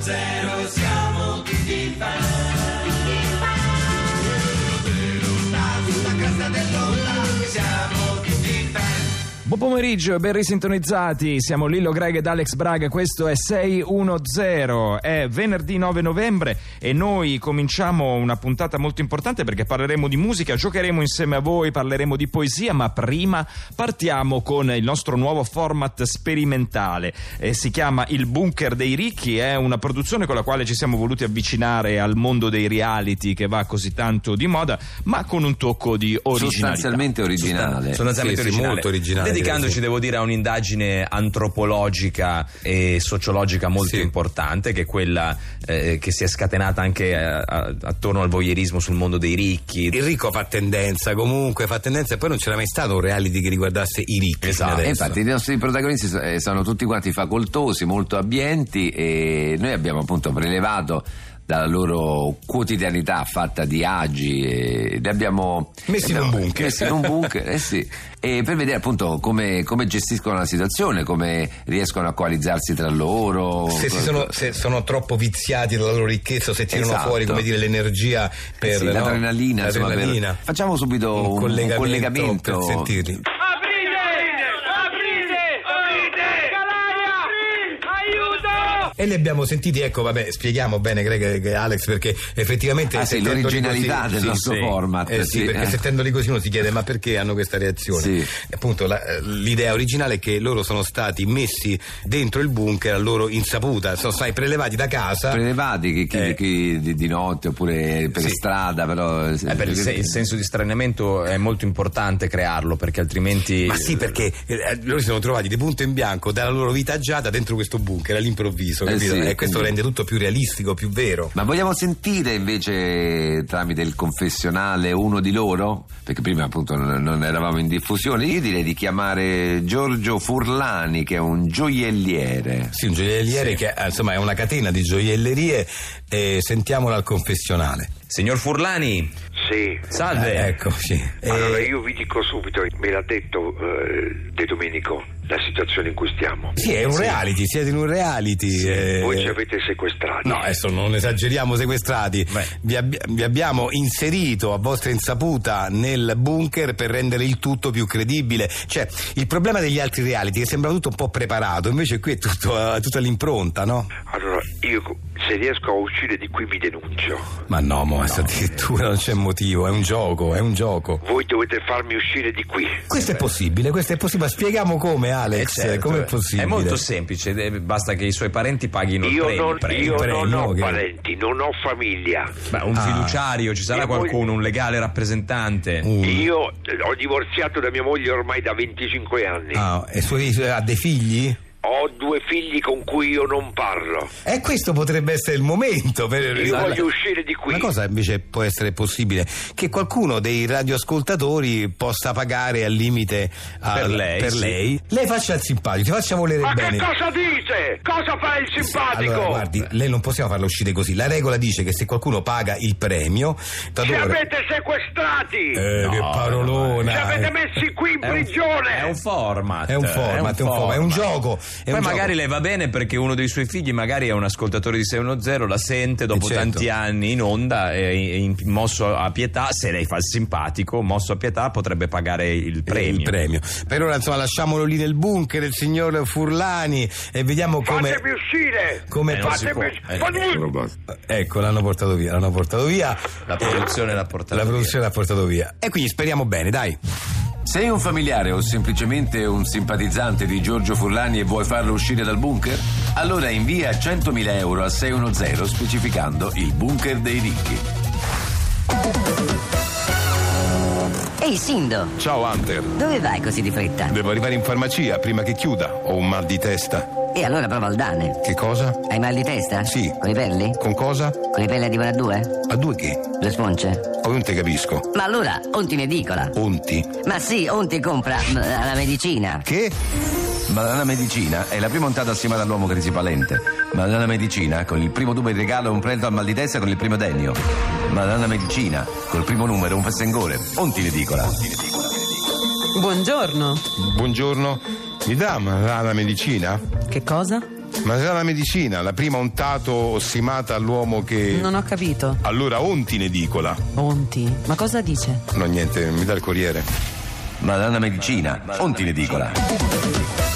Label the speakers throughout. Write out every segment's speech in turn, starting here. Speaker 1: zero siamo tutti fan. Sulla casa dell'onda siamo tutti fan.
Speaker 2: Buon pomeriggio, ben risintonizzati, siamo Lillo Greg ed Alex Braga, questo è 610, è venerdì 9 novembre e noi cominciamo una puntata molto importante perché parleremo di musica, giocheremo insieme a voi, parleremo di poesia, ma prima partiamo con il nostro nuovo format sperimentale, Eh, si chiama Il Bunker dei Ricchi, è una produzione con la quale ci siamo voluti avvicinare al mondo dei reality che va così tanto di moda, ma con un tocco di originalità.
Speaker 3: Sostanzialmente originale.
Speaker 4: Sostanzialmente
Speaker 5: Sì, sì,
Speaker 4: originale.
Speaker 5: molto originale,
Speaker 4: Dedicandoci,
Speaker 5: direi,
Speaker 4: devo dire, a un'indagine antropologica e sociologica molto
Speaker 5: Sì.
Speaker 4: importante, che è quella eh, che si è scatenata anche eh, a- attorno al voyeurismo sul mondo dei ricchi. Eh,
Speaker 5: Il ricco fa tendenza, comunque fa tendenza, e poi non c'era mai stato un reality che riguardasse i ricchi.
Speaker 4: Esatto.
Speaker 5: fino
Speaker 4: Eh, adesso.
Speaker 5: adesso.
Speaker 3: E infatti i nostri protagonisti so- eh, sono tutti quanti facoltosi, molto abbienti e noi abbiamo appunto prelevato dalla loro quotidianità fatta di agi e li abbiamo
Speaker 5: Messi in
Speaker 3: abbiamo
Speaker 5: un bunker.
Speaker 3: messi in un bunker, eh sì. e per vedere appunto come, come gestiscono la situazione come riescono a coalizzarsi tra loro
Speaker 5: se, si sono, se sono troppo viziati dalla loro ricchezza, se tirano
Speaker 3: Esatto.
Speaker 5: fuori come dire, l'energia per
Speaker 3: Eh sì,
Speaker 5: no?
Speaker 3: l'adrenalina, insomma, per-
Speaker 5: l'adrenalina.
Speaker 3: facciamo subito un- un collegamento.
Speaker 5: per sentirli.
Speaker 6: Aprite! Aprite! Aprite! Calaria! Aiuto!
Speaker 5: E li abbiamo sentiti, ecco, vabbè, spieghiamo bene Greg e- e Alex perché effettivamente
Speaker 3: Ah, sì,
Speaker 5: sentendoli
Speaker 3: l'originalità del nostro format,
Speaker 5: eh, sì,
Speaker 3: sì,
Speaker 5: perché
Speaker 3: eh.
Speaker 5: sentendoli così uno si chiede ma perché hanno questa reazione?
Speaker 3: Sì.
Speaker 5: E Appunto la- eh, l'idea originale è che loro sono stati messi dentro il bunker a loro insaputa, sono stati prelevati da casa.
Speaker 3: prelevati chi, chi-
Speaker 5: Eh.
Speaker 3: chi di, di notte oppure per
Speaker 4: Sì.
Speaker 3: strada però
Speaker 4: Eh, per il, se- il senso di straniamento è molto importante crearlo perché altrimenti.
Speaker 5: ma sì, perché eh, loro si sono trovati di punto in bianco dalla loro vita agiata dentro questo bunker all'improvviso,
Speaker 3: Eh
Speaker 5: capito?
Speaker 3: sì,
Speaker 5: e questo
Speaker 3: quindi-
Speaker 5: rende tutto più realistico, più vero.
Speaker 3: Ma vogliamo sentire invece tramite il confessionale uno di loro? Perché prima appunto non, non eravamo in diffusione. Io direi di chiamare Giorgio Furlani che è un gioielliere.
Speaker 5: Sì, un gioielliere che eh, insomma è una catena di gioiellerie e sentiamola al confessionale.
Speaker 4: Signor Furlani,
Speaker 7: Sì,
Speaker 4: salve.
Speaker 5: Eh, ecco, sì. Eh,
Speaker 7: Ah, allora io vi dico subito, me l'ha detto eh, De Domenico, la situazione in cui stiamo.
Speaker 5: sì, è un reality, siete in un reality. eh.
Speaker 7: Voi ci avete sequestrati.
Speaker 5: No, eh, adesso non esageriamo, sequestrati.
Speaker 4: Beh.
Speaker 5: Vi, abbi- vi abbiamo inserito a vostra insaputa nel bunker per rendere il tutto più credibile. Cioè, il problema degli altri reality è che sembra tutto un po' preparato, invece qui è tutto, eh, tutta l'impronta, no?
Speaker 7: Allora io se riesco a uscire di qui vi denuncio.
Speaker 5: Ma no, mo, adesso addirittura non c'è motivo, è un gioco, è un gioco.
Speaker 7: Voi dovete farmi uscire di qui.
Speaker 5: Questo è possibile, questo è possibile. Ma Spieghiamo come,
Speaker 4: Eh,
Speaker 5: Alex,
Speaker 4: certo,
Speaker 5: come è possibile. Mm.
Speaker 4: È molto semplice, eh, basta che i suoi parenti paghino il
Speaker 7: Io
Speaker 4: premio.
Speaker 7: non,
Speaker 4: il premio.
Speaker 7: io
Speaker 5: premi,
Speaker 7: non ho
Speaker 5: che-
Speaker 7: parenti, non ho famiglia.
Speaker 4: Beh,
Speaker 5: Ah.
Speaker 4: un fiduciario, ci sarà
Speaker 7: Mia moglie-
Speaker 4: qualcuno, un legale rappresentante.
Speaker 5: Mm.
Speaker 7: Io eh, ho divorziato da mia moglie ormai da 25 anni.
Speaker 5: Ah, e suoi- suoi- ha dei figli?
Speaker 7: Ho due figli con cui io non parlo.
Speaker 5: E questo potrebbe essere il momento per
Speaker 7: Io voglio uscire di qui.
Speaker 5: Una Esatto. cosa invece può essere possibile che qualcuno dei radioascoltatori possa pagare al limite a-
Speaker 4: Per lei,
Speaker 5: per
Speaker 4: sì.
Speaker 5: lei. Lei faccia il simpatico, ti faccia volere
Speaker 7: Ma
Speaker 5: bene.
Speaker 7: che cosa dice? Cosa fa il simpatico?
Speaker 5: Allora, guardi, lei non possiamo farla uscire così. La regola dice che se qualcuno paga il premio, da
Speaker 7: Ci
Speaker 5: dove-
Speaker 7: avete sequestrati!
Speaker 5: Eh, che
Speaker 4: No,
Speaker 5: parolona!
Speaker 7: Ci avete
Speaker 5: eh.
Speaker 7: messi qui in
Speaker 4: ah, È un-
Speaker 7: prigione!
Speaker 4: È un format.
Speaker 5: È
Speaker 2: Eh,
Speaker 5: un format, è un format, è un gioco, è
Speaker 4: Poi
Speaker 5: un
Speaker 4: magari
Speaker 5: gioco.
Speaker 4: lei va bene perché uno dei suoi figli magari è un ascoltatore di 610, la sente dopo
Speaker 5: Eh, certo.
Speaker 4: tanti anni in onda, è, in- mosso a pietà, se lei fa il simpatico, mosso a pietà potrebbe pagare il premio.
Speaker 5: Il premio. Per ora, insomma, lasciamolo lì nel bunker il signor Furlani e vediamo come.
Speaker 7: Fatemi uscire!
Speaker 5: come-
Speaker 4: Eh, non si può.
Speaker 7: Fatemi
Speaker 4: Eh,
Speaker 7: uscire! Fatemi-
Speaker 5: Ecco, l'hanno portato via, l'hanno portato via.
Speaker 4: La produzione l'ha portata
Speaker 5: La
Speaker 4: via.
Speaker 5: produzione l'ha portato via. E quindi speriamo bene, dai.
Speaker 3: Sei un familiare o semplicemente un simpatizzante di Giorgio Furlani e vuoi farlo uscire dal bunker? Allora invia 100.000 euro a 610 specificando il bunker dei ricchi.
Speaker 8: Ehi Sindo,
Speaker 9: Ciao Hunter,
Speaker 8: dove vai così di fretta?
Speaker 9: devo arrivare in farmacia prima che chiuda. Ho un mal di testa.
Speaker 8: E allora prova il Dane.
Speaker 9: Che cosa?
Speaker 8: Hai mal di testa?
Speaker 9: Sì.
Speaker 8: Con i pelli?
Speaker 9: Con cosa?
Speaker 8: Con i pelli arrivano a due?
Speaker 9: A due che?
Speaker 8: Le sponce?
Speaker 9: Poi non te capisco.
Speaker 8: Ma allora, onti in edicola.
Speaker 9: Onti.
Speaker 8: Ma sì, onti compra mm, la medicina.
Speaker 9: Che?
Speaker 3: Ma la medicina è la prima ondata assieme all'uomo grisipalente. Ma la medicina con il primo numero in regalo un prendo al mal di testa con il primo dennio. Ma la medicina col primo numero un fessengore. Onti ridicola.
Speaker 10: Buongiorno.
Speaker 9: Buongiorno. Mi dà ma- la medicina?
Speaker 10: Che cosa?
Speaker 11: Ma sarà la medicina, la prima ontato ossimata all'uomo che.
Speaker 12: Non ho capito.
Speaker 11: Allora onti in edicola.
Speaker 12: Onti. Ma cosa dice?
Speaker 11: No, niente, mi dà il corriere.
Speaker 13: Madonna medicina, onti in edicola.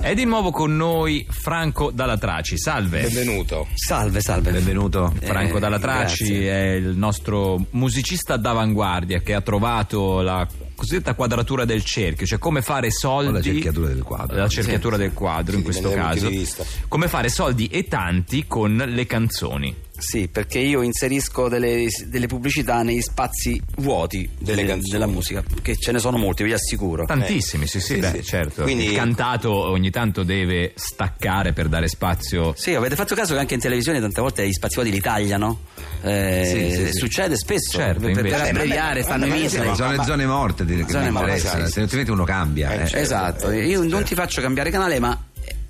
Speaker 2: È di nuovo con noi Franco Dalla Traci. Salve.
Speaker 5: Eh, Benvenuto.
Speaker 14: Salve, salve.
Speaker 2: Benvenuto Franco
Speaker 14: Eh,
Speaker 2: Dalla Traci,
Speaker 14: grazie.
Speaker 2: è il nostro musicista d'avanguardia che ha trovato la cosiddetta quadratura del cerchio, cioè come fare soldi.
Speaker 14: O la cerchiatura del quadro.
Speaker 2: La cerchiatura del quadro in
Speaker 5: Sì,
Speaker 2: questo
Speaker 5: dipende dai punti
Speaker 2: caso.
Speaker 5: di vista.
Speaker 2: Come fare soldi e tanti con le canzoni.
Speaker 14: Sì, perché io inserisco delle, delle pubblicità negli spazi vuoti
Speaker 5: Delle
Speaker 14: de-
Speaker 5: canzoni.
Speaker 14: della musica, che ce ne sono molti, vi assicuro.
Speaker 2: Tantissimi, sì, sì,
Speaker 5: Sì,
Speaker 2: beh,
Speaker 5: sì.
Speaker 2: certo.
Speaker 5: Quindi-
Speaker 2: Il cantato ogni tanto deve staccare per dare spazio.
Speaker 14: Sì, avete fatto caso che anche in televisione tante volte gli spazi vuoti li tagliano? Eh,
Speaker 2: Sì, sì, sì.
Speaker 14: Succede spesso.
Speaker 2: Certo,
Speaker 14: per, per
Speaker 2: invece.
Speaker 14: abbreviare, stanno in
Speaker 5: ma-
Speaker 14: mezzo.
Speaker 5: ma-
Speaker 3: sono le zone morte dire che
Speaker 14: Zone
Speaker 3: mi
Speaker 2: Eh,
Speaker 14: morte,
Speaker 3: interessa,
Speaker 5: sì, sì.
Speaker 3: altrimenti uno cambia.
Speaker 5: Eh,
Speaker 3: eh.
Speaker 5: certo.
Speaker 14: Esatto,
Speaker 5: eh,
Speaker 14: io non
Speaker 5: certo.
Speaker 14: ti faccio cambiare canale, ma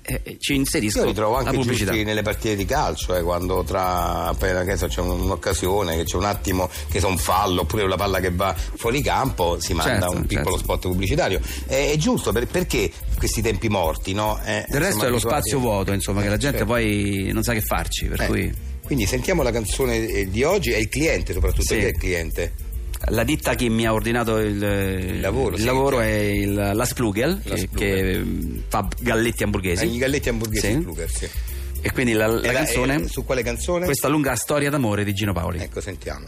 Speaker 14: eh, eh, ci inserisco
Speaker 5: Io li trovo
Speaker 14: la
Speaker 5: anche
Speaker 14: pubblicità.
Speaker 5: giusti nelle partite di calcio, eh, quando tra appena che so, c'è un'occasione, che c'è un attimo che c'è un fallo, oppure la palla che va fuori campo, si manda
Speaker 14: Certo,
Speaker 5: un piccolo
Speaker 14: certo.
Speaker 5: spot pubblicitario. Eh, è giusto per- perché questi tempi morti, no? Eh,
Speaker 14: Del resto
Speaker 5: insomma,
Speaker 14: è lo
Speaker 5: abituati-
Speaker 14: spazio vuoto, insomma, che la gente
Speaker 5: certo.
Speaker 14: poi non sa che farci, per
Speaker 5: Eh,
Speaker 14: cui
Speaker 5: Quindi sentiamo la canzone eh, di oggi e il cliente soprattutto,
Speaker 14: Sì.
Speaker 5: chi è il cliente?
Speaker 14: la ditta che mi ha ordinato il, il
Speaker 5: lavoro, sì,
Speaker 14: lavoro
Speaker 5: certo.
Speaker 14: è il- la Splugel,
Speaker 5: La
Speaker 14: che,
Speaker 5: Splugel.
Speaker 14: che, mh, fa galletti hamburghesi.
Speaker 5: Eh, I galletti hamburghesi
Speaker 14: Sì.
Speaker 5: Fluger, sì.
Speaker 14: E quindi la, la
Speaker 5: E la-
Speaker 14: canzone,
Speaker 5: e su quale canzone?
Speaker 14: questa lunga storia d'amore di Gino Paoli.
Speaker 5: Ecco, sentiamo.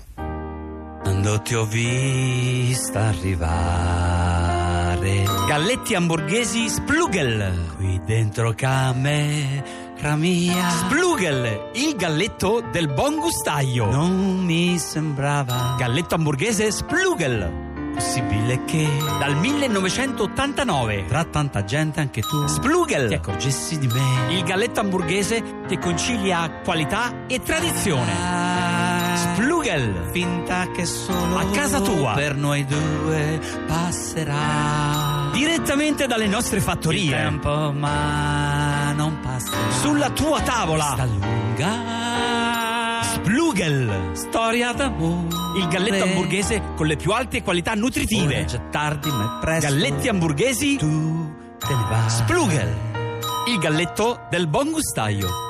Speaker 14: Quando ti ho vista arrivare Galletti hamburghesi Splugel Qui dentro camera mia Splugel, il galletto del buon gustaio Non mi sembrava Galletto hamburghese Splugel Possibile che dal 1989 Tra tanta gente anche tu Splugel Ti accorgessi di me Il galletto hamburghese che concilia qualità e tradizione Splugel Finta che solo A casa tua Per noi due passerà Direttamente dalle nostre fattorie Il tempo ma non passerà Sulla tua tavola Sta lunga Splugel Storia d'amore Il galletto hamburghese con le più alte qualità nutritive Ora è già tardi ma è presto Galletti hamburghesi Tu te ne vai Splugel Il galletto del buon gustaio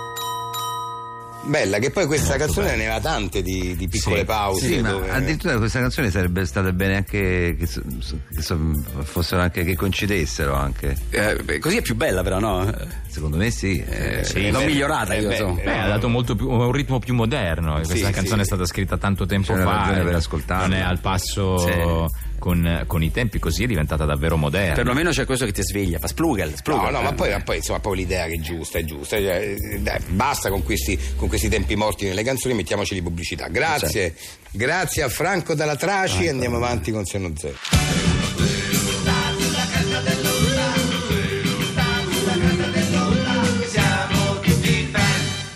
Speaker 5: Bella, che poi questa canzone ne aveva tante di, di piccole pause.
Speaker 3: Sì, ma
Speaker 5: dove-
Speaker 3: addirittura questa canzone sarebbe stata bene anche che, so- so- che so- fossero anche che coincidessero anche.
Speaker 14: Eh, Così è più bella però no?
Speaker 3: Secondo me sì. eh.
Speaker 14: Sì, l'ho migliorata
Speaker 5: eh,
Speaker 14: io
Speaker 5: beh,
Speaker 14: so.
Speaker 5: eh,
Speaker 2: Beh, ha dato molto più, un ritmo più moderno. e Questa
Speaker 5: Sì,
Speaker 2: canzone
Speaker 5: sì.
Speaker 2: è stata scritta tanto tempo
Speaker 3: C'è una
Speaker 2: fa.
Speaker 3: ragione
Speaker 2: e
Speaker 3: per ascoltarla.
Speaker 2: Non è al passo
Speaker 14: Sì.
Speaker 2: con, con i tempi, così è diventata davvero moderna.
Speaker 14: Perlomeno c'è questo che ti sveglia, fa splugel,
Speaker 5: No,
Speaker 14: splugel.
Speaker 5: no, ma poi, ma poi, insomma, poi l'idea che è giusta, è giusta. cioè, eh, dai, basta con questi, con questi tempi morti nelle canzoni, mettiamoci di pubblicità. Grazie, grazie a Certo. Franco Dalla Traci e andiamo avanti con Seno Zero.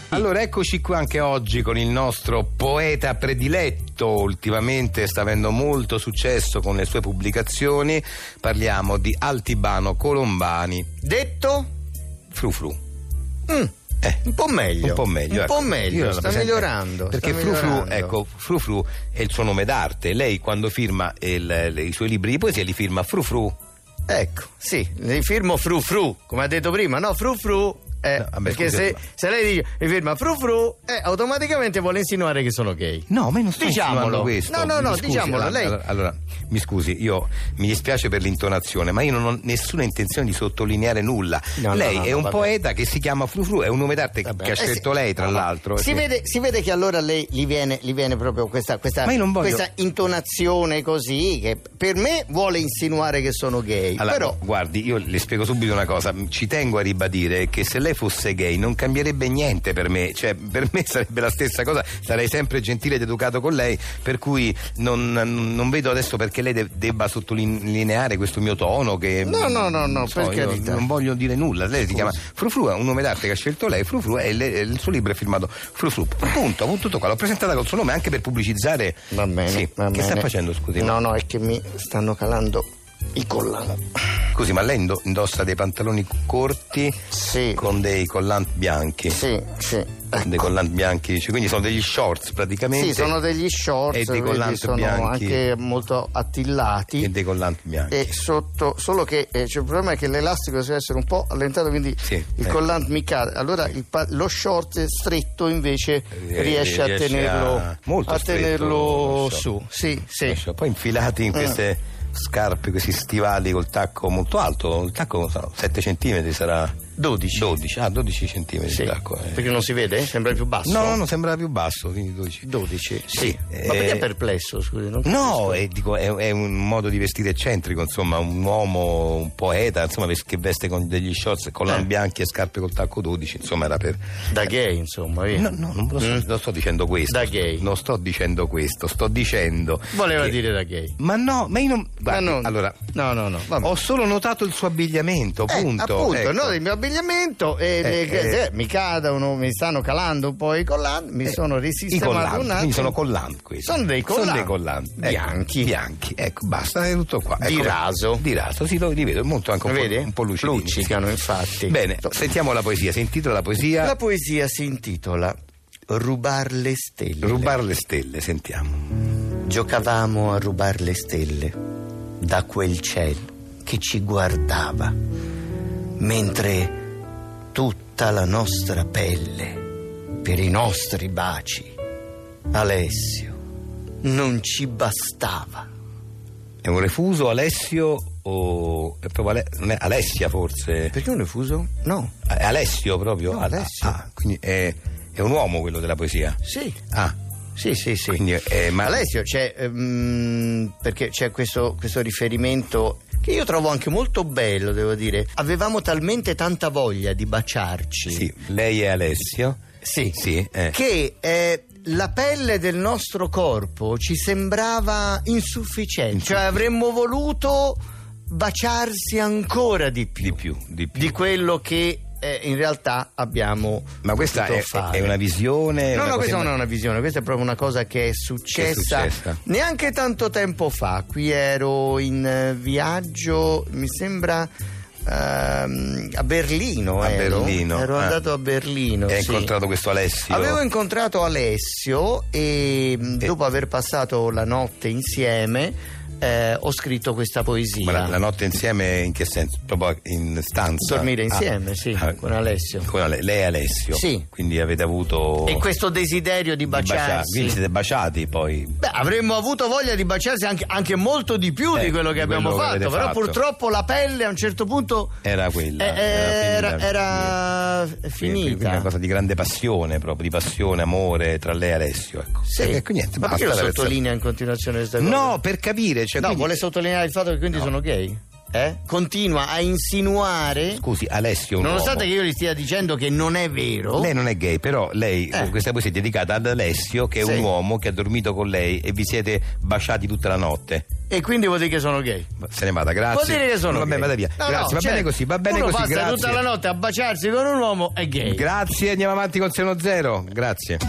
Speaker 5: Allora, eccoci qua anche oggi con il nostro poeta prediletto. Ultimamente sta avendo molto successo con le sue pubblicazioni. Parliamo di Altibano Colombani, detto Frufru. Eh,
Speaker 15: Mm. Un po' meglio.
Speaker 5: Un po' meglio.
Speaker 15: Un po'
Speaker 5: ecco.
Speaker 15: meglio,
Speaker 5: Io la
Speaker 15: sta
Speaker 5: presento-
Speaker 15: migliorando,
Speaker 5: Perché
Speaker 15: sta
Speaker 5: Frufru,
Speaker 15: migliorando.
Speaker 5: ecco, Frufru è il suo nome d'arte. Lei quando firma il- le- i suoi libri di poesia li firma Frufru.
Speaker 15: Ecco, sì, li firmo fru fru, come ha detto prima, no, fru fru. eh,
Speaker 5: No, vabbè,
Speaker 15: perché
Speaker 5: scusi,
Speaker 15: se,
Speaker 5: ma-
Speaker 15: se lei dice mi firma fru fru, eh, automaticamente vuole insinuare che sono gay.
Speaker 5: No, ma io non sto insinuando
Speaker 15: diciamolo.
Speaker 5: questo.
Speaker 15: No, no, no,
Speaker 5: Mi scusi,
Speaker 15: diciamolo.
Speaker 5: allora,
Speaker 15: Lei
Speaker 5: Allora, allora, mi scusi, io mi dispiace per l'intonazione, ma io non ho nessuna intenzione di sottolineare nulla.
Speaker 15: No, no,
Speaker 5: lei
Speaker 15: no,
Speaker 5: è
Speaker 15: no,
Speaker 5: un
Speaker 15: va
Speaker 5: poeta che si chiama Frufru, è un nome d'arte
Speaker 15: Vabbè,
Speaker 5: che ha
Speaker 15: eh sì.
Speaker 5: scelto lei, tra
Speaker 15: No, ma
Speaker 5: l'altro.
Speaker 15: Si,
Speaker 5: Sì.
Speaker 15: vede, si vede che allora lei gli viene, gli viene proprio questa, questa,
Speaker 5: Ma io non voglio-
Speaker 15: questa intonazione così, che per me vuole insinuare che sono gay.
Speaker 5: Allora,
Speaker 15: però
Speaker 5: guardi, io le spiego subito una cosa. Ci tengo a ribadire che se lei fosse gay non cambierebbe niente per me. Cioè, per me sarebbe la stessa cosa. Sarei sempre gentile ed educato con lei. Per cui non, non vedo adesso perché lei de- debba sottolineare questo mio tono. Che,
Speaker 15: No, no, no, no,
Speaker 5: non
Speaker 15: per
Speaker 5: io
Speaker 15: carità.
Speaker 5: Non voglio dire nulla. Lei si chiama Frufru, è un nome d'arte che ha scelto lei. Frufru, e le- il suo libro è firmato Frufru. Punto, punto, tutto qua. L'ho presentata col suo nome anche per pubblicizzare.
Speaker 15: Va bene,
Speaker 5: Sì.
Speaker 15: va
Speaker 5: che sta
Speaker 15: bene.
Speaker 5: facendo, scusi?
Speaker 15: No, no, è che mi stanno calando i collanti.
Speaker 5: Così, ma lei indo- indossa dei pantaloni corti con dei collant bianchi.
Speaker 14: Sì, sì.
Speaker 5: Dei collant bianchi, cioè, quindi sono degli shorts praticamente.
Speaker 14: Sì, sono degli
Speaker 5: E
Speaker 14: shorts,
Speaker 5: dei
Speaker 14: quindi
Speaker 5: collant
Speaker 14: sono
Speaker 5: bianchi.
Speaker 14: anche molto attillati.
Speaker 5: E dei collant bianchi.
Speaker 14: E sotto, solo che eh, c'è il problema è che l'elastico deve essere un po' allentato, quindi il
Speaker 5: ecco.
Speaker 14: collant mi cade. Allora il pa- lo short stretto invece riesce
Speaker 5: Eh,
Speaker 14: a
Speaker 5: riesce
Speaker 14: tenerlo,
Speaker 5: a- molto
Speaker 14: a
Speaker 5: stretto,
Speaker 14: tenerlo
Speaker 5: lo so.
Speaker 14: su. Sì, sì. Ah.
Speaker 5: Cioè, poi infilati in queste scarpe, questi stivali col tacco molto alto, il tacco non so, 7 cm sarà 12. 12, ah 12 cm
Speaker 14: Sì.
Speaker 5: di tacco. eh.
Speaker 14: Perché non si vede? Sembra più basso.
Speaker 5: No, no, no, sembra più basso, quindi 12.
Speaker 14: 12, sì.
Speaker 5: Eh,
Speaker 14: Ma perché è perplesso? Scusi, non
Speaker 5: No, è, dico, è, è un modo di vestire eccentrico, insomma, un uomo, un poeta, insomma, ves- che veste con degli shorts, collan bianchi e scarpe col tacco 12, insomma, era per...
Speaker 14: Eh. Da gay, insomma. via.
Speaker 5: No, no, non, lo sto, non sto dicendo questo.
Speaker 14: Da gay.
Speaker 5: Non sto dicendo questo, sto dicendo...
Speaker 14: Voleva
Speaker 5: che-
Speaker 14: dire da gay.
Speaker 5: Ma no, ma io non... guardi,
Speaker 14: non-
Speaker 5: allora...
Speaker 14: No, no, no. vabbè.
Speaker 5: Ho solo notato il suo abbigliamento,
Speaker 14: Eh,
Speaker 5: punto.
Speaker 14: appunto,
Speaker 5: ecco.
Speaker 14: no, il mio abbigliamento e
Speaker 5: Eh,
Speaker 14: le-
Speaker 5: eh.
Speaker 14: eh, mi cadono, mi stanno calando un po' i collanti, mi sono
Speaker 5: I
Speaker 14: resistemato
Speaker 5: collanti,
Speaker 14: un
Speaker 5: quindi
Speaker 14: attimo.
Speaker 5: sono collanti questi.
Speaker 14: Sono dei collanti.
Speaker 5: Sono dei collanti. Ecco,
Speaker 14: Bianchi.
Speaker 5: bianchi, ecco, basta, è tutto qua.
Speaker 14: Di
Speaker 5: Ecco,
Speaker 14: raso.
Speaker 5: Di raso, sì, lo li vedo, molto anche un
Speaker 14: Vedi?
Speaker 5: po', un po' lucidini.
Speaker 14: Luccicano, infatti.
Speaker 5: Bene, sentiamo la poesia, si intitola la poesia
Speaker 14: La poesia si intitola Rubar le stelle.
Speaker 5: Rubar le stelle, sentiamo.
Speaker 14: Giocavamo a rubar le stelle da quel cielo che ci guardava, mentre tutta la nostra pelle per i nostri baci, Alessio, non ci bastava.
Speaker 5: È un refuso Alessio o è proprio Ale- non è Alessia forse?
Speaker 14: Perché un refuso? No.
Speaker 5: È Alessio proprio?
Speaker 14: No,
Speaker 5: Ah,
Speaker 14: Alessio.
Speaker 5: ah, quindi è, è un uomo quello della poesia.
Speaker 14: Sì.
Speaker 5: Ah.
Speaker 14: Sì, sì, sì.
Speaker 5: Quindi è ma-
Speaker 14: Alessio, c'è, ehm, perché c'è questo, questo riferimento che io trovo anche molto bello, devo dire. Avevamo talmente tanta voglia di baciarci
Speaker 5: Sì, lei è Alessio?
Speaker 14: Sì.
Speaker 5: Sì, eh.
Speaker 14: che eh, la pelle del nostro corpo ci sembrava insufficiente, cioè avremmo voluto baciarsi ancora di più
Speaker 5: Di più, di più.
Speaker 14: di quello che eh, in realtà abbiamo
Speaker 5: Ma questa
Speaker 14: potuto
Speaker 5: è,
Speaker 14: fare.
Speaker 5: è una visione? una
Speaker 14: No, no,
Speaker 5: cosa
Speaker 14: questa
Speaker 5: in-
Speaker 14: non è una visione, questa è proprio una cosa che è successa,
Speaker 5: Che è successa.
Speaker 14: neanche tanto tempo fa. Qui ero in eh, viaggio, mi sembra. ehm, a Berlino
Speaker 5: A
Speaker 14: ero,
Speaker 5: Berlino,
Speaker 14: ero
Speaker 5: ah.
Speaker 14: andato a Berlino
Speaker 5: E ha
Speaker 14: sì.
Speaker 5: incontrato questo Alessio?
Speaker 14: Avevo incontrato Alessio e mh, dopo aver passato la notte insieme eh, ho scritto questa poesia.
Speaker 5: Ma la, la notte insieme in che senso? Proprio in stanza?
Speaker 14: Dormire
Speaker 5: Ah.
Speaker 14: insieme, sì,
Speaker 5: Ah.
Speaker 14: con Alessio.
Speaker 5: Con Ale- lei è Alessio?
Speaker 14: Sì.
Speaker 5: Quindi avete avuto...
Speaker 14: E questo desiderio di
Speaker 5: di baciar-
Speaker 14: baciarsi.
Speaker 5: Quindi siete baciati poi?
Speaker 14: Beh, avremmo avuto voglia di baciarsi anche, anche molto di più
Speaker 5: Eh,
Speaker 14: di quello
Speaker 5: di
Speaker 14: che abbiamo
Speaker 5: quello che
Speaker 14: fatto,
Speaker 5: avete
Speaker 14: però
Speaker 5: fatto.
Speaker 14: purtroppo la pelle a un certo punto
Speaker 5: Era quella.
Speaker 14: eh, era,
Speaker 5: finita.
Speaker 14: era
Speaker 5: Quindi- Quindi
Speaker 14: finita.
Speaker 5: una cosa di grande passione proprio, di passione, amore tra lei e Alessio. Ecco.
Speaker 14: Sì.
Speaker 5: E ecco, niente,
Speaker 14: Eh, Ma perché lo
Speaker 5: basta, Alessio.
Speaker 14: sottolinea in continuazione questa cosa?
Speaker 5: No, per capire. Cioè,
Speaker 14: no,
Speaker 5: quindi-
Speaker 14: vuole sottolineare il fatto che quindi sono gay? Eh? Continua a insinuare,
Speaker 5: Scusi, Alessio. è un
Speaker 14: nonostante
Speaker 5: uomo.
Speaker 14: che io gli stia dicendo che non è vero.
Speaker 5: Lei non è gay, però lei
Speaker 14: Eh.
Speaker 5: questa poesia è dedicata ad Alessio, che è
Speaker 14: Sì.
Speaker 5: un uomo che ha dormito con lei e vi siete baciati tutta la notte.
Speaker 14: E quindi vuol dire che sono gay.
Speaker 5: Se ne vada, grazie.
Speaker 14: Vuol dire che sono
Speaker 5: Va
Speaker 14: gay.
Speaker 5: bene, vada via.
Speaker 14: No,
Speaker 5: grazie,
Speaker 14: no,
Speaker 5: va
Speaker 14: cioè,
Speaker 5: bene così, va bene
Speaker 14: uno
Speaker 5: così.
Speaker 14: passa
Speaker 5: Grazie.
Speaker 14: tutta la notte a baciarsi con un uomo è gay.
Speaker 5: Grazie, andiamo avanti con Seno Zero. Grazie.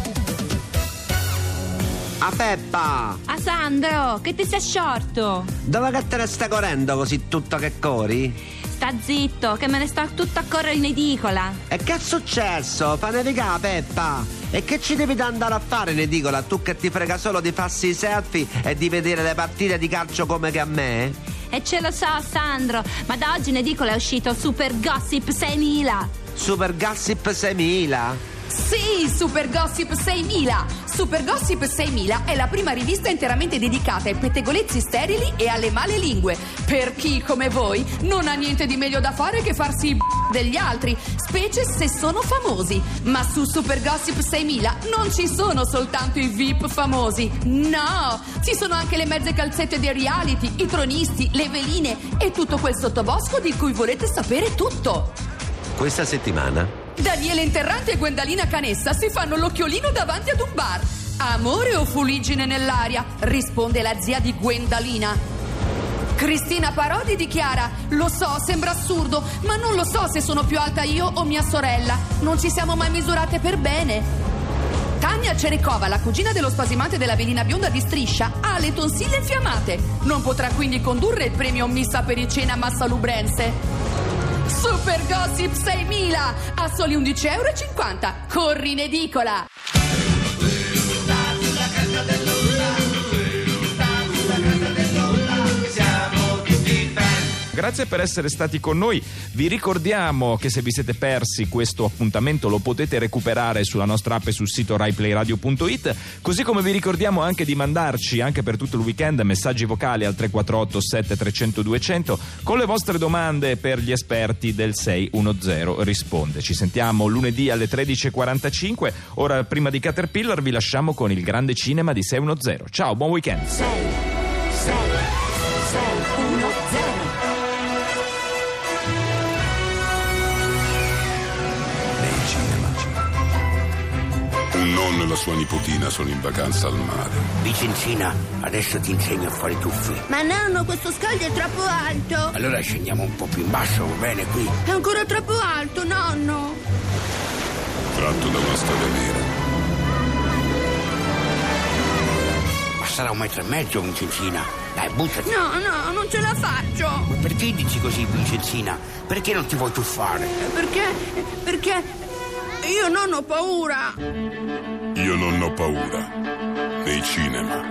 Speaker 16: A Peppa!
Speaker 17: A Ah, Sandro, che ti sei sciorto?
Speaker 18: Dove che te ne stai correndo così tutto che cori?
Speaker 17: Sta zitto, che me ne sto tutto a correre in edicola.
Speaker 18: E che è successo? Panevicà, Peppa! E che ci devi andare a fare in edicola? Tu che ti frega solo di farsi i selfie e di vedere le partite di calcio come che a me?
Speaker 17: E ce lo so, Sandro, ma da oggi in edicola è uscito Super Gossip 6000.
Speaker 18: Super Gossip 6000?
Speaker 12: Sì, Super Gossip 6000! Super Gossip 6000 è la prima rivista interamente dedicata ai pettegolezzi sterili e alle male lingue. Per chi, come voi, non ha niente di meglio da fare che farsi i b degli altri, specie se sono famosi. Ma su Super Gossip 6000 non ci sono soltanto i VIP famosi, no! Ci sono anche le mezze calzette dei reality, i tronisti, le veline e tutto quel sottobosco di cui volete sapere tutto.
Speaker 18: Questa settimana?
Speaker 12: Daniele Interrante e Gwendalina Canessa si fanno l'occhiolino davanti ad un bar. Amore o fuligine nell'aria? risponde la zia di Gwendalina. Cristina Parodi dichiara: Lo so, sembra assurdo, ma non lo so se sono più alta io o mia sorella. Non ci siamo mai misurate per bene.
Speaker 14: Tania Cerecova, la cugina dello spasimante della velina bionda di striscia, ha le tonsille infiammate. Non potrà quindi condurre il premio Missa Pericena Massa Lubrense. Super Gossip 6000 a soli 11,50 euro. Corri in edicola!
Speaker 2: Grazie per essere stati con noi. Vi ricordiamo che se vi siete persi questo appuntamento lo potete recuperare sulla nostra app e sul sito raiplayradio.it, così come vi ricordiamo anche di mandarci anche per tutto il weekend messaggi vocali al 348 7300 200 con le vostre domande per gli esperti del 610 risponde. Ci sentiamo lunedì alle 13:45. Ora prima di Caterpillar vi lasciamo con il grande cinema di 610. Ciao, buon weekend.
Speaker 12: 6 6 6 1 0
Speaker 6: Un nonno e la sua nipotina sono in vacanza al mare.
Speaker 19: Vicencina, adesso ti insegno a fare i tuffi.
Speaker 8: Ma nonno, questo scaldo è troppo alto!
Speaker 19: Allora scendiamo un po' più in basso, va bene qui?
Speaker 8: È ancora troppo alto, nonno!
Speaker 6: Tratto da una storia vera.
Speaker 19: Ma sarà un metro e mezzo, Vicencina. Dai, buttati.
Speaker 8: No, no, non ce la faccio!
Speaker 19: Ma perché dici così, Vicencina? Perché non ti vuoi tuffare?
Speaker 8: Perché? Perché? Io non ho paura!
Speaker 6: Io non ho paura. Nei cinema.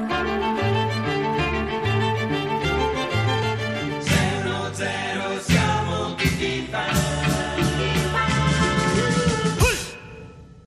Speaker 12: 6 1 0 siamo tutti fan